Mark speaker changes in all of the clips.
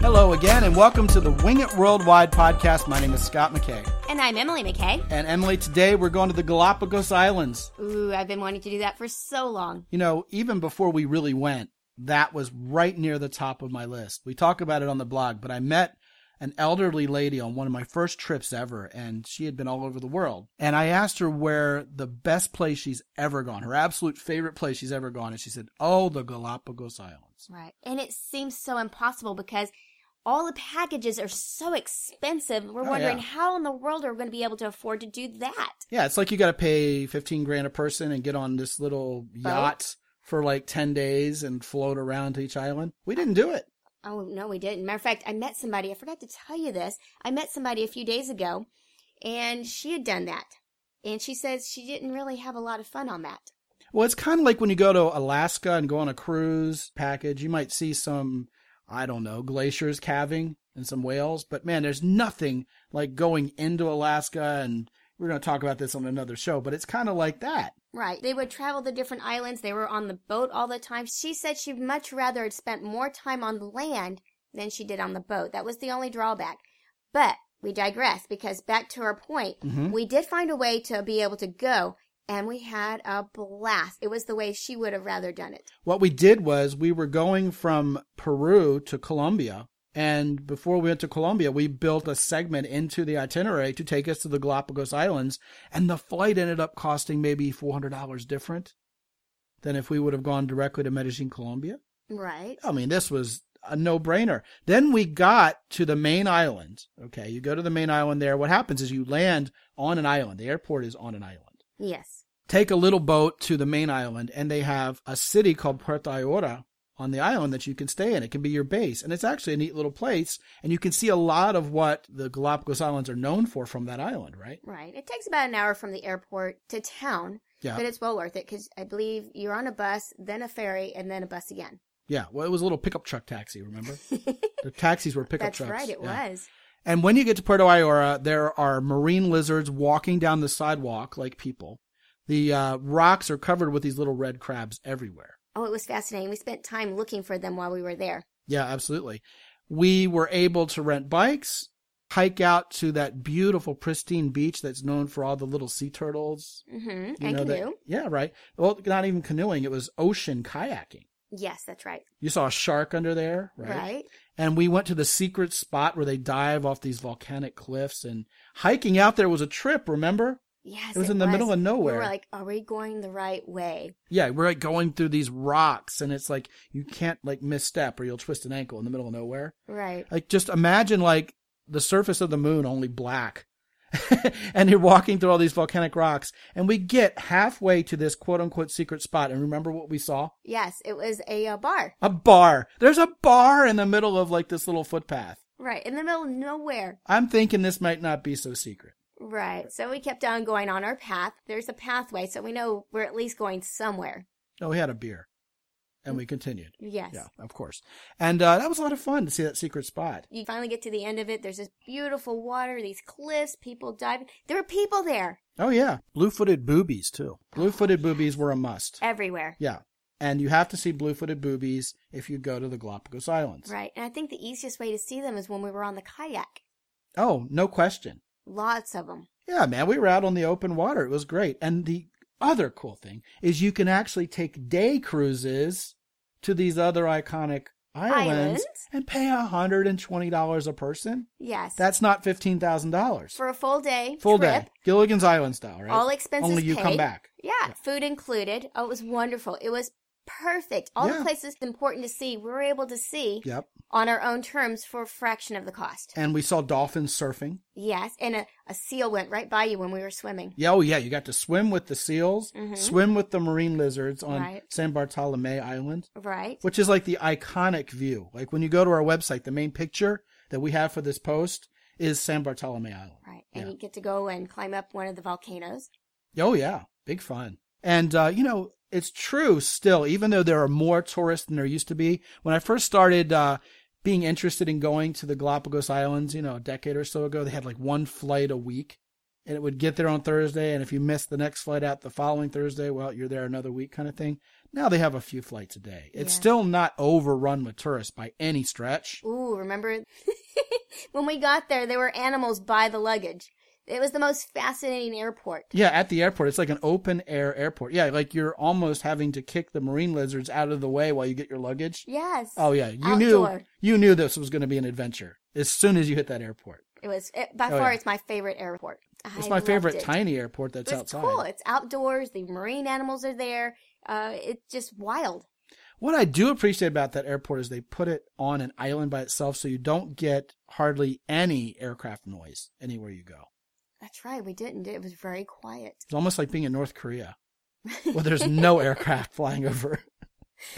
Speaker 1: Hello again, and welcome to the Wing It Worldwide podcast. My name is Scott McKay.
Speaker 2: And I'm Emily McKay.
Speaker 1: And Emily, today we're going to the Galapagos Islands.
Speaker 2: Ooh, I've been wanting to do that for so long.
Speaker 1: You know, even before we really went, that was right near the top of my list. We talk about it on the blog, but I met an elderly lady on one of my first trips ever, and she had been all over the world. And I asked her where the best place she's ever gone, her absolute favorite place she's ever gone, and she said, Oh, the Galapagos Islands.
Speaker 2: Right. And it seems so impossible because all the packages are so expensive. We're
Speaker 1: Oh,
Speaker 2: wondering
Speaker 1: yeah.
Speaker 2: how in the world are we going to be able to afford to do that?
Speaker 1: Yeah, it's like you got to pay 15 grand a person and get on this little yacht for like 10 days and float around to each island. We didn't do it.
Speaker 2: Oh, no, we didn't. Matter of fact, I met somebody. I forgot to tell you this. I met somebody a few days ago, and she had done that. And she says she didn't really have a lot of fun on that.
Speaker 1: Well, it's kind of like when you go to Alaska and go on a cruise package, you might see some, I don't know, glaciers calving and some whales, but man, there's nothing like going into Alaska and we're going to talk about this on another show, but it's kind of like that.
Speaker 2: Right. They would travel the different islands. They were on the boat all the time. She said she'd much rather had spent more time on the land than she did on the boat. That was the only drawback. But we digress because back to our point,
Speaker 1: Mm-hmm.
Speaker 2: we did find a way to be able to go and we had a blast. It was the way she would have rather done it.
Speaker 1: What we did was we were going from Peru to Colombia. And before we went to Colombia, we built a segment into the itinerary to take us to the Galapagos Islands. And the flight ended up costing maybe $400 different than if we would have gone directly to Medellin, Colombia.
Speaker 2: Right.
Speaker 1: I mean, this was a no brainer. Then we got to the main island. Okay. You go to the main island there. What happens is you land on an island. The airport is on an island
Speaker 2: Yes.
Speaker 1: take a little boat to the main island and they have a city called Puerto Ayora on the island that you can stay in. It can be your base. And it's actually a neat little place. And you can see a lot of what the Galapagos Islands are known for from that island, right?
Speaker 2: Right. It takes about an hour from the airport to town,
Speaker 1: Yeah.
Speaker 2: but it's well worth it because I believe you're on a bus, then a ferry, and then a bus again.
Speaker 1: Yeah. Well, it was a little pickup truck taxi, remember? the taxis were pickup
Speaker 2: That's
Speaker 1: trucks.
Speaker 2: right. It
Speaker 1: Yeah.
Speaker 2: was.
Speaker 1: And when you get to Puerto Ayora, there are marine lizards walking down the sidewalk like people. The uh, rocks are covered with these little red crabs everywhere.
Speaker 2: Oh, it was fascinating. We spent time looking for them while we were there.
Speaker 1: Yeah, absolutely. We were able to rent bikes, hike out to that beautiful, pristine beach that's known for all the little sea turtles.
Speaker 2: hmm
Speaker 1: You
Speaker 2: and
Speaker 1: know, that-
Speaker 2: canoe.
Speaker 1: yeah, right. Well, not even canoeing. It was ocean kayaking.
Speaker 2: Yes, that's right.
Speaker 1: You saw a shark under there,
Speaker 2: Right.
Speaker 1: right? And we went to the secret spot where they dive off these volcanic cliffs. And hiking out there was a trip, remember?
Speaker 2: Yes.
Speaker 1: It was in the middle of
Speaker 2: We
Speaker 1: nowhere.
Speaker 2: were like, are we going the right way?
Speaker 1: Yeah, we're like going through these rocks and it's like you can't like misstep or you'll twist an ankle in the middle of nowhere.
Speaker 2: Right.
Speaker 1: like just imagine like the surface of the moon only black and you're walking through all these volcanic rocks and we get halfway to this quote unquote secret spot and remember what we saw
Speaker 2: Yes, it was a, uh bar.
Speaker 1: a bar there's a bar in the middle of like this little footpath
Speaker 2: Right. In the middle of nowhere.
Speaker 1: i'm thinking this might not be so secret
Speaker 2: Right. So we kept on going on our path. There's a pathway, so we know we're at least going somewhere.
Speaker 1: no we Oh, had a beer and we continued
Speaker 2: Yes.
Speaker 1: yeah of course and uh, that was a lot of fun to see that secret spot
Speaker 2: You finally get to the end of it. There's this beautiful water, these cliffs, people diving. There were people there
Speaker 1: oh yeah blue-footed boobies too blue-footed boobies were a must
Speaker 2: everywhere.
Speaker 1: yeah and you have to see blue-footed boobies if you go to the galapagos islands
Speaker 2: Right. And I think the easiest way to see them is when we were on the kayak.
Speaker 1: Oh, no question.
Speaker 2: Lots of them.
Speaker 1: Yeah, man, we were out on the open water. It was great. And the other cool thing is you can actually take day cruises to these other iconic islands,
Speaker 2: Islands?
Speaker 1: and pay $120 a person.
Speaker 2: Yes.
Speaker 1: That's not $15,000.
Speaker 2: for a full day
Speaker 1: Full
Speaker 2: trip,
Speaker 1: day. Gilligan's Island style, right?
Speaker 2: all expenses
Speaker 1: Only you
Speaker 2: paid.
Speaker 1: come back.
Speaker 2: Yeah, food included. Oh, it was wonderful. It was perfect. All
Speaker 1: Yeah.
Speaker 2: the places important to see, we were able to see
Speaker 1: Yep.
Speaker 2: on our own terms for a fraction of the cost.
Speaker 1: And we saw dolphins surfing.
Speaker 2: Yes, and a, a seal went right by you when we were swimming.
Speaker 1: Yeah, oh yeah, you got to swim with the seals,
Speaker 2: Mhm.
Speaker 1: swim with the marine lizards on
Speaker 2: Right.
Speaker 1: San Bartolome Island.
Speaker 2: Right.
Speaker 1: which is like the iconic view. Like when you go to our website, the main picture that we have for this post is San Bartolome Island.
Speaker 2: Right. And
Speaker 1: Yeah.
Speaker 2: you get to go and climb up one of the volcanoes.
Speaker 1: Oh yeah, big fun. And uh, you know, it's true still, even though there are more tourists than there used to be. When I first started uh, being interested in going to the Galapagos Islands, you know, a decade or so ago, they had like one flight a week. And it would get there on Thursday, and if you missed the next flight out the following Thursday, well, you're there another week kind of thing. Now they have a few flights a day. It's
Speaker 2: Yeah.
Speaker 1: still not overrun with tourists by any stretch.
Speaker 2: Ooh, remember when we got there, there were animals by the luggage. It was the most fascinating airport.
Speaker 1: Yeah, at the airport, it's like an open air airport. Yeah, like you're almost having to kick the marine lizards out of the way while you get your luggage.
Speaker 2: Yes.
Speaker 1: Oh yeah, you knew
Speaker 2: Outdoor.
Speaker 1: you knew this was going to be an adventure as soon as you hit that airport.
Speaker 2: It was it, by
Speaker 1: Oh,
Speaker 2: far
Speaker 1: yeah.
Speaker 2: it's my favorite airport.
Speaker 1: It's
Speaker 2: I
Speaker 1: my
Speaker 2: loved
Speaker 1: favorite
Speaker 2: it.
Speaker 1: tiny airport that's
Speaker 2: It's
Speaker 1: outside.
Speaker 2: cool. It's outdoors. The marine animals are there. Uh, it's just wild.
Speaker 1: What I do appreciate about that airport is they put it on an island by itself, so you don't get hardly any aircraft noise anywhere you go.
Speaker 2: That's right. We didn't. It was very quiet.
Speaker 1: It's almost like being in North Korea, where there's no aircraft flying over.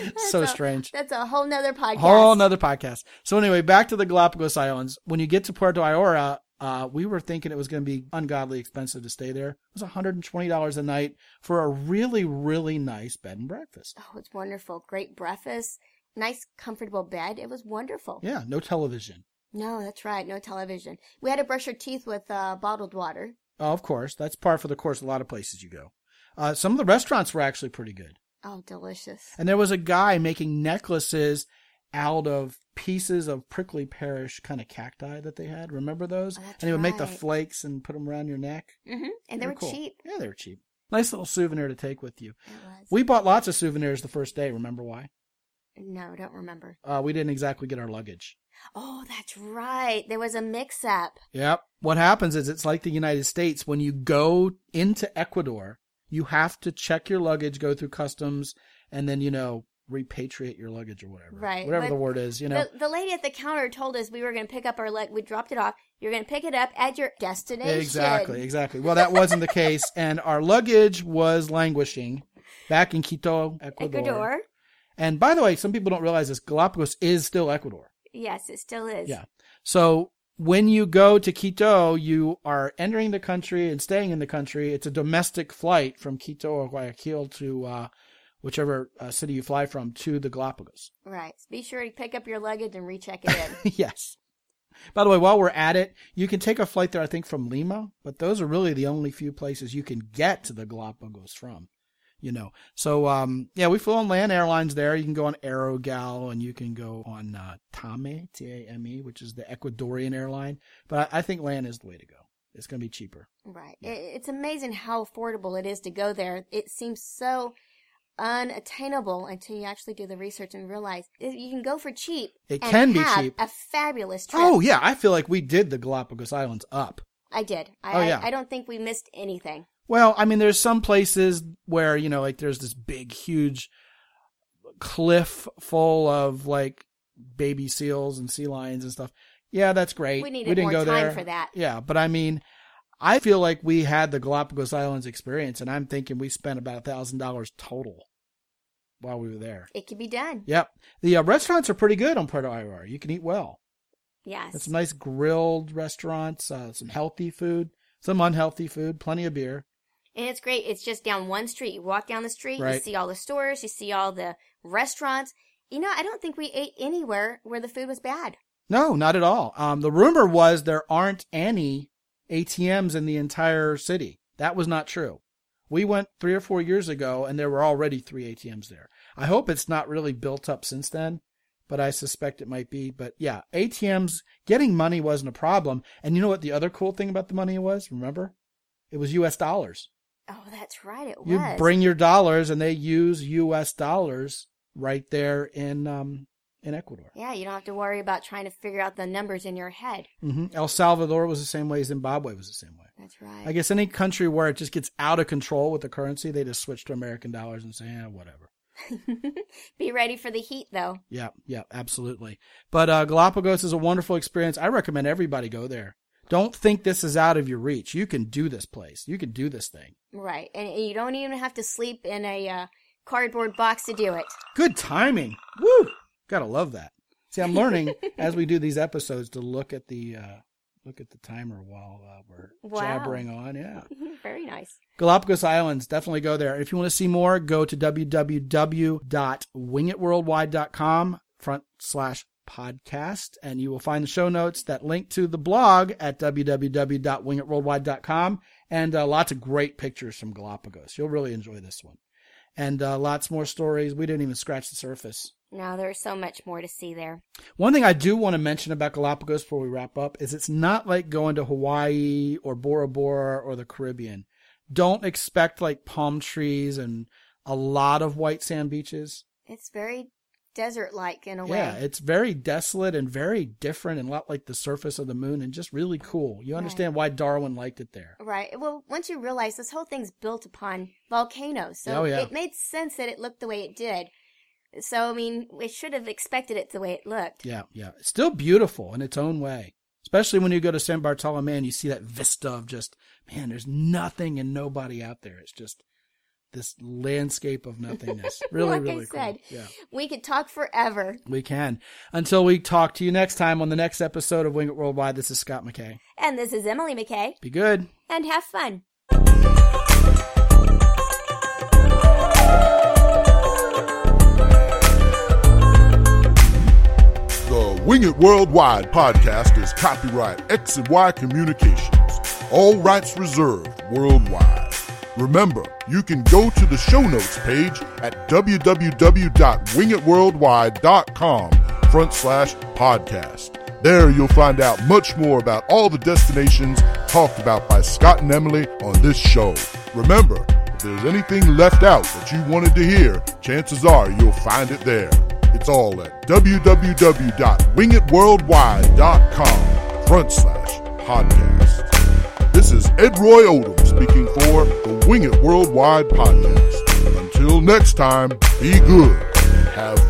Speaker 2: That's
Speaker 1: so
Speaker 2: a-
Speaker 1: strange.
Speaker 2: That's a whole nother podcast.
Speaker 1: Whole nother podcast. So anyway, back to the Galapagos Islands. When you get to Puerto Ayora, uh, we were thinking it was going to be ungodly expensive to stay there. It was $120 a night for a really, really nice bed and breakfast.
Speaker 2: Oh, it's wonderful. Great breakfast. Nice, comfortable bed. It was wonderful.
Speaker 1: Yeah, no television.
Speaker 2: No, that's right. No television. We had to brush our teeth with uh, bottled water.
Speaker 1: Oh, of course, that's par for the course. A lot of places you go. Uh, some of the restaurants were actually pretty good.
Speaker 2: Oh, delicious.
Speaker 1: And there was a guy making necklaces out of pieces of prickly pearish kind of cacti that they had. Remember those?
Speaker 2: Oh, that's
Speaker 1: and he would make the
Speaker 2: right.
Speaker 1: flakes and put them around your neck.
Speaker 2: hmm And they were
Speaker 1: Mm-hmm. cool.
Speaker 2: cheap.
Speaker 1: Yeah, they were cheap. Nice little souvenir to take with you.
Speaker 2: It was.
Speaker 1: We bought lots of souvenirs the first day. Remember why?
Speaker 2: no, don't remember.
Speaker 1: Uh, we didn't exactly get our luggage.
Speaker 2: Oh, that's right. There was a mix-up.
Speaker 1: Yep. What happens is it's like the United States. When you go into Ecuador, you have to check your luggage, go through customs, and then, you know, repatriate your luggage or whatever.
Speaker 2: Right.
Speaker 1: Whatever
Speaker 2: But
Speaker 1: the word is, you know.
Speaker 2: the, the lady at the counter told us we were going to pick up our leg. We dropped it off. You're going to pick it up at your destination.
Speaker 1: Exactly, exactly. Well, that wasn't the case, and our luggage was languishing back in Quito, Ecuador.
Speaker 2: Ecuador.
Speaker 1: And by the way, some people don't realize this: Galapagos is still Ecuador.
Speaker 2: Yes, it still is.
Speaker 1: Yeah. So when you go to Quito, you are entering the country and staying in the country. It's a domestic flight from Quito or Guayaquil to uh, whichever uh, city you fly from to the Galapagos.
Speaker 2: Right. Be sure to pick up your luggage and recheck it in.
Speaker 1: yes. By the way, while we're at it, you can take a flight there, I think, from Lima, but those are really the only few places you can get to the Galapagos from, you know. So, um, yeah, we flew on Land Airlines there. You can go on Aerogal and you can go on uh, Tame, T A M E, which is the Ecuadorian airline. But I, I think Land is the way to go. It's going to be cheaper.
Speaker 2: right. It, it's amazing how affordable it is to go there. It seems so unattainable until you actually do the research and realize that you can go for cheap.
Speaker 1: It
Speaker 2: and
Speaker 1: can be
Speaker 2: have
Speaker 1: cheap.
Speaker 2: A fabulous trip.
Speaker 1: Oh, yeah. I feel like we did the Galapagos Islands up.
Speaker 2: I did. I,
Speaker 1: Oh, yeah.
Speaker 2: I, I don't think we missed anything.
Speaker 1: Well, I mean, there's some places where, you know, like there's this big, huge cliff full of like baby seals and sea lions and stuff. Yeah, that's great.
Speaker 2: We needed
Speaker 1: didn't
Speaker 2: more
Speaker 1: go
Speaker 2: time
Speaker 1: there.
Speaker 2: for that.
Speaker 1: Yeah, but I mean, I feel like we had the Galapagos Islands experience, and I'm thinking we spent about a thousand dollars total while we were there.
Speaker 2: It could be done.
Speaker 1: Yep, the uh, restaurants are pretty good on Puerto Ayora. You can eat well.
Speaker 2: Yes.
Speaker 1: There's some nice grilled restaurants, uh, some healthy food, some unhealthy food, plenty of beer.
Speaker 2: And it's great. It's just down one street. You walk down the street, you
Speaker 1: Right.
Speaker 2: see all the stores, you see all the restaurants. You know, I don't think we ate anywhere where the food was bad.
Speaker 1: No, not at all. Um, the rumor was there aren't any ATMs in the entire city. That was not true. We went three or four years ago and there were already three ATMs there. I hope it's not really built up since then, but I suspect it might be. But yeah, ATMs, getting money wasn't a problem. And you know what the other cool thing about the money was? Remember? It was US dollars.
Speaker 2: Oh, that's right. It
Speaker 1: You
Speaker 2: was.
Speaker 1: bring your dollars and they use US dollars right there in, um, in Ecuador.
Speaker 2: yeah, you don't have to worry about trying to figure out the numbers in your head.
Speaker 1: hmm El Salvador was the same way. Zimbabwe was the same way.
Speaker 2: That's right.
Speaker 1: I guess any country where it just gets out of control with the currency, they just switch to American dollars and say, yeah, whatever.
Speaker 2: Be ready for the heat, though.
Speaker 1: Yeah, yeah, absolutely. But uh, Galapagos is a wonderful experience. I recommend everybody go there. Don't think this is out of your reach. You can do this place. You can do this thing.
Speaker 2: Right. And you don't even have to sleep in a uh, cardboard box to do it.
Speaker 1: Good timing. Woo! Gotta love that. See, I'm learning as we do these episodes to look at the uh, look at the timer while uh, we're
Speaker 2: Wow.
Speaker 1: jabbering on. Yeah.
Speaker 2: Very nice.
Speaker 1: Galapagos Islands, definitely go there. If you want to see more, go to www.wingitworldwide.com front slash podcast, and you will find the show notes that link to the blog at www.wingitworldwide.com and uh, lots of great pictures from Galapagos. You'll really enjoy this one. and uh, lots more stories. We didn't even scratch the surface.
Speaker 2: No, there's so much more to see there.
Speaker 1: One thing I do want to mention about Galapagos before we wrap up is it's not like going to Hawaii or Bora Bora or the Caribbean. Don't expect like palm trees and a lot of white sand beaches.
Speaker 2: It's very desert like in a
Speaker 1: Yeah,
Speaker 2: way.
Speaker 1: it's very desolate and very different and a lot like the surface of the moon and just really cool. You understand why Darwin liked it there.
Speaker 2: Right. Well, once you realize this whole thing's built upon volcanoes, so
Speaker 1: Oh, yeah.
Speaker 2: it made sense that it looked the way it did. So, I mean, we should have expected it the way it looked.
Speaker 1: Yeah, yeah. It's still beautiful in its own way. Especially when you go to San Bartolome and you see that vista of just, man, there's nothing and nobody out there. It's just this landscape of nothingness. Really,
Speaker 2: Like I
Speaker 1: really cool.
Speaker 2: said.
Speaker 1: Yeah.
Speaker 2: We could talk forever.
Speaker 1: We can. Until we talk to you next time on the next episode of Wing It Worldwide, this is Scott McKay.
Speaker 2: And this is Emily McKay,
Speaker 1: Be good.
Speaker 2: and have fun.
Speaker 3: The Wing It Worldwide podcast is copyright X and Y Communications. All rights reserved worldwide. Remember, you can go to the show notes page at www.wingitworldwide.com front slash podcast. There you'll find out much more about all the destinations talked about by Scott and Emily on this show. Remember, if there's anything left out that you wanted to hear, chances are you'll find it there. It's all at www.wingitworldwide.com front slash podcast. This is Ed Roy Odom speaking for the Wing It Worldwide podcast. Until next time, be good and have